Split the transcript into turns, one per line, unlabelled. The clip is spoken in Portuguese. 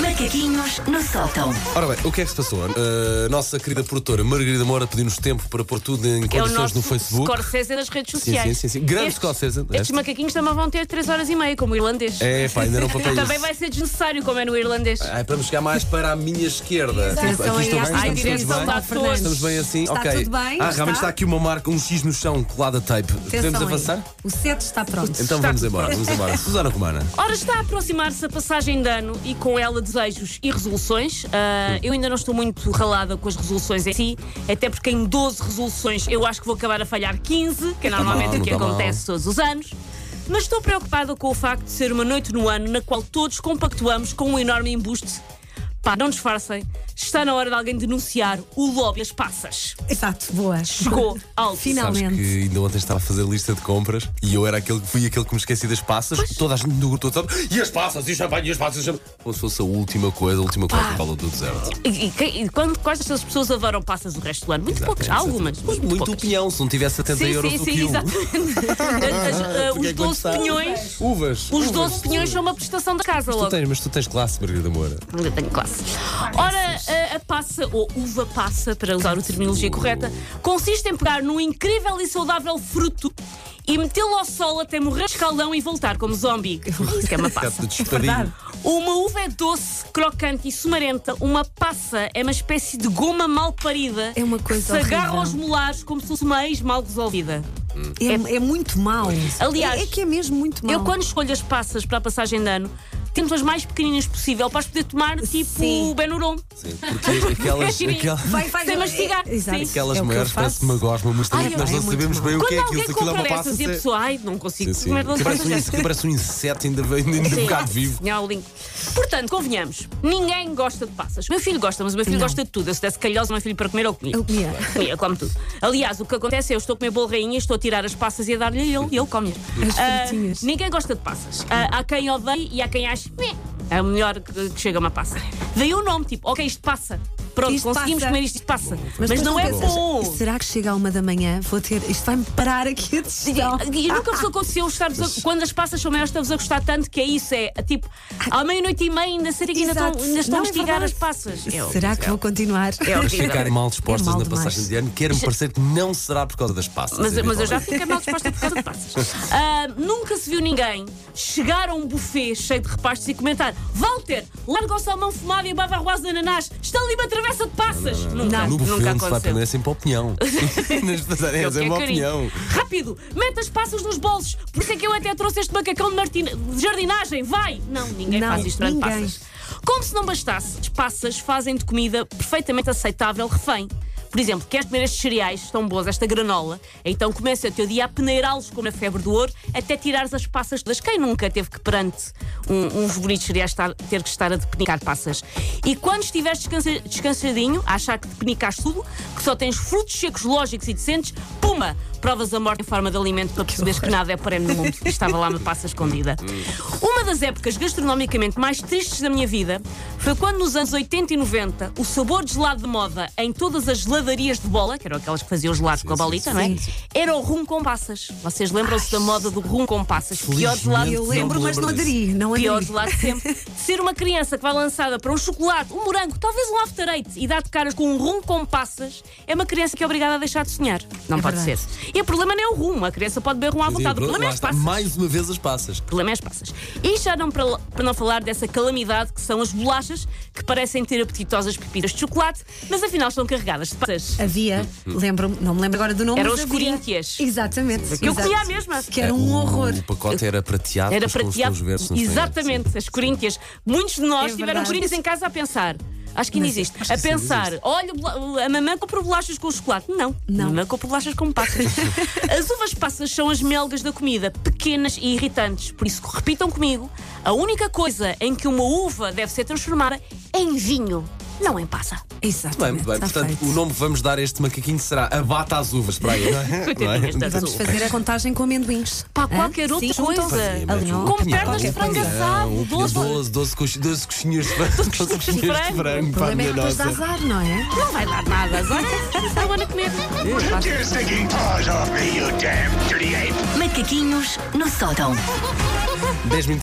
Macaquinhos no sótão.
Ora bem, o que é que se passou? A nossa querida produtora Margarida Moura pediu-nos tempo para pôr tudo em
É o
condições
nosso
no Facebook.
Scorsese das redes
Sim,
sociais.
sim, sim, sim. Grande
estes,
Scorsese,
Estes
este.
macaquinhos também vão ter 3 horas e meia, como o irlandês.
É, pá, ainda não papei
Também
isso.
vai ser desnecessário, como é no irlandês.
Ai, para me chegar mais para a minha esquerda. Tipo,
Atenção
aqui
aí
estou
às
bem,
Ai,
estamos todos
direção
bem.
da Fernandes.
Estamos bem assim?
Está
ok.
tudo bem,
ah, realmente
está.
está aqui uma marca, um X no chão colado a tape. Podemos
Atenção aí.
avançar?
O set está pronto.
Então vamos embora, vamos embora. Susana Romana.
Ora, está a aproximar-se a passagem de ano e com ela desejos e resoluções. Ah, eu ainda não estou muito ralada com as resoluções em si, até porque em 12 resoluções eu acho que vou acabar a falhar 15, que é normalmente
mal,
o que
não tá mal.
acontece todos os anos. Mas estou preocupada com o facto de ser uma noite no ano na qual todos compactuamos com um enorme embuste. Pá, não disfarcem, está na hora de alguém denunciar o lobby às passas.
Exato, boa.
Chegou alto.
Final.
Sabes
Finalmente.
que ainda ontem estava a fazer lista de compras e eu era aquele, fui aquele que me esqueci das passas. Toda a gente do grupo todo sabe, E as passas, e o champanhe, e as passas. e o champanhe." Como se fosse a última coisa, a última
Ah.
coisa que falou do deserto.
E, e quem- e quando, quais destas pessoas avaram passas o resto do ano? Muito poucas, há algumas.
Mas muito
poucas.
pinhão, se não tivesse 70
Sim,
euros
sim,
o um.
sim,
quilo.
exatamente. As- as- eh,
Porque é
os
que
12
quando
pinhões.
Uvas.
Os
uvas.
12 pinhões são uma prestação da casa
Tu
logo.
tens, mas tu tens classe, Margarida Moura.
Ainda tenho classe. Ora, a, a passa, ou uva passa, para usar a terminologia correta, consiste em pegar num incrível e saudável fruto e metê-lo ao sol até morrer de escaldão e voltar como zombie. Isso que é uma passa.
Cata de espadinho.
Uma uva é doce, crocante e sumarenta. Uma passa é uma espécie de goma mal parida.
É uma
que
coisa
se agarra
horrível.
aos molares como se fosse uma ex mal resolvida.
É, é muito mau.
Aliás,
é, é que é mesmo muito mau.
Eu, quando escolho as passas para a passagem de ano, tento as mais pequeninas possível para as poder tomar, tipo
Sim.
Benuron.
Sim,
É
porque aquelas. aquelas...
vai, vai,
Sem mastigar.
Exato.
Sim.
Aquelas
É o que eu
maiores
faço.
parece uma gosma, mas também
Ai,
nós
é
não
muito
sabemos
mal.
bem o que
Quando
é aquilo.
alguém
Se aquilo é
compra
uma passa.
dessas e a
se-
pessoa, ai, não assim. consigo
Sim, sim.
comer
Que parece, um,
dessas.
inse- que parece um inseto ainda, bem- ainda um bocado vivo.
Tinha o link. é Portanto, convenhamos, ninguém gosta de passas. Meu filho gosta, mas o meu filho
Não.
gosta de tudo. Eu se desse calhosa, o meu filho para comer, eu comia.
Eu comia.
Comia, come tudo. Aliás, o que acontece é eu estou a comer bolo rainha, estou a tirar as passas e a dar-lhe a ele e ele come
As frutinhas.
Ah, ninguém gosta de passas. Ah, há quem odeie e há quem ache. "Meh", É o melhor que, que chega uma passa. Daí o nome, tipo, ok, isto passa. Pronto,
Isto
conseguimos
passa.
comer isto, isto passa. Mas,
Mas depois
não
tu
é
pensas,
bom.
Será que chega à uma da manhã? Vou ter. Isto vai-me parar aqui a digestão.
E nunca vos aconteceu estar-vos a- quando as passas são maiores, estar-vos a gostar tanto que é isso, é tipo, à meia-noite e meia ainda será que ainda estão,
Exato.
ainda estão a
Não, é
mastigar as
verdade.
passas. É
Será que vou continuar?
É
Mas
horrível.
ficarem mal dispostas
É mal
na
demais.
passagem de ano, quer-me parecer que não será por causa das passas.
Mas, mas eu já
eventualmente.
fiquei mal disposta por causa de passas. Ah, nunca se viu ninguém chegar a um buffet cheio de repastos e comentar: Walter, larga o salmão fumado e bava arroz de ananás, está ali uma travessa de passas. Nunca,
No buffet onde
nunca
se vai
aconteceu.
aprender é sempre a opinião. Nas
Eu
passagens é
quero
uma
carinho.
opinião.
Rápido, mete as passas nos bolsos. Por isso é que eu até trouxe este macacão de, martina- de jardinagem. Vai! Não, ninguém
Não,
faz isto durante
ninguém.
passas. Como se não bastasse, as passas fazem de comida perfeitamente aceitável refém. Por exemplo, queres comer estes cereais, estão boas, esta granola, então começa o teu dia a peneirá-los como na febre do ouro, até tirares as passas todas. Quem nunca teve que perante um- uns bonitos cereais estar- ter que estar a depenicar passas? E quando estiveres descansa- descansadinho, a achar que depenicaste tudo, que só tens frutos secos lógicos e decentes, puma! Provas a morte em forma de alimento para perceberes que nada é perene no mundo. E Estava lá uma passa escondida. Uma das épocas gastronomicamente mais tristes da minha vida foi quando, nos anos 80 e 90, o sabor de gelado de moda em todas as geladarias de bola, que eram aquelas que faziam gelado com a bolita, não é?
sim.
Era o rum com passas. Vocês lembram-se da moda do rum com passas? Pior gelado
Felizmente
Eu
de
Não
lembro,
me
mas
lembro
não
disso.
aderi. Não aderi.
pior de lá de sempre. De ser uma criança que vai lançada para um chocolate, um morango, talvez um after eight e dá de caras com um rum com passas, é uma criança que é obrigada a deixar de sonhar. Não
É
pode
verdade.
ser. E o problema não é o rum, a criança pode beber rum à vontade. O
Lá
problema é as
está,
passas.
Mais uma vez as passas.
O problema é as passas. E já não para, para não falar dessa calamidade que são as bolachas, que parecem ter apetitosas pepitas de chocolate, mas afinal estão carregadas de passas.
Havia,
Hum,
lembro-me, não me lembro agora do nome.
Eram os
mas havia.
coríntias.
Exatamente.
Eu
exato.
comia a mesma.
Que era um
O-
horror.
O É pacote era prateado,
Era
mas com os
prateado.
tons verdes, se não estou em erro.
Exatamente, as Coríntias. Muitos de nós
É
tiveram
verdade.
Coríntias em casa a pensar. Acho que ainda existe.
acho que
A
sim,
pensar, olha, bola- a mamãe comprou bolachas com chocolate. Não,
Não.
a mamãe comprou bolachas com passas. as uvas passas são as melgas da comida, pequenas e irritantes. Por isso, repitam comigo: a única coisa em que uma uva deve ser transformada é em vinho, não em passa.
Exatamente.
Bem, muito bem.
está
Portanto,
feito.
o nome que vamos dar a este macaquinho será Abata as Uvas para aí, não é?
Coitadinhas
Não é?
das
Vamos
uvas.
fazer a contagem com amendoins.
Pá,
Hã?
qualquer outra
Sim,
coisa.
juntam-se.
Mas
Ali,
um
ó.
Com
opinião,
pernas de
qualquer
frango
coisa.
assado,
opinião,
doce.
doze- doze coxi- doze coxinhas de frango. Doze
coxinhas de
coxinhas de
frango.
frango.
O
para a
problema é
minha
que depois dá
nossa.
azar, não é?
Não vai dar nada. Agora, agora a comer.
Take your stinking paws off me, you damn dirty ape!
Macaquinhos no sótão.
Dez minutos.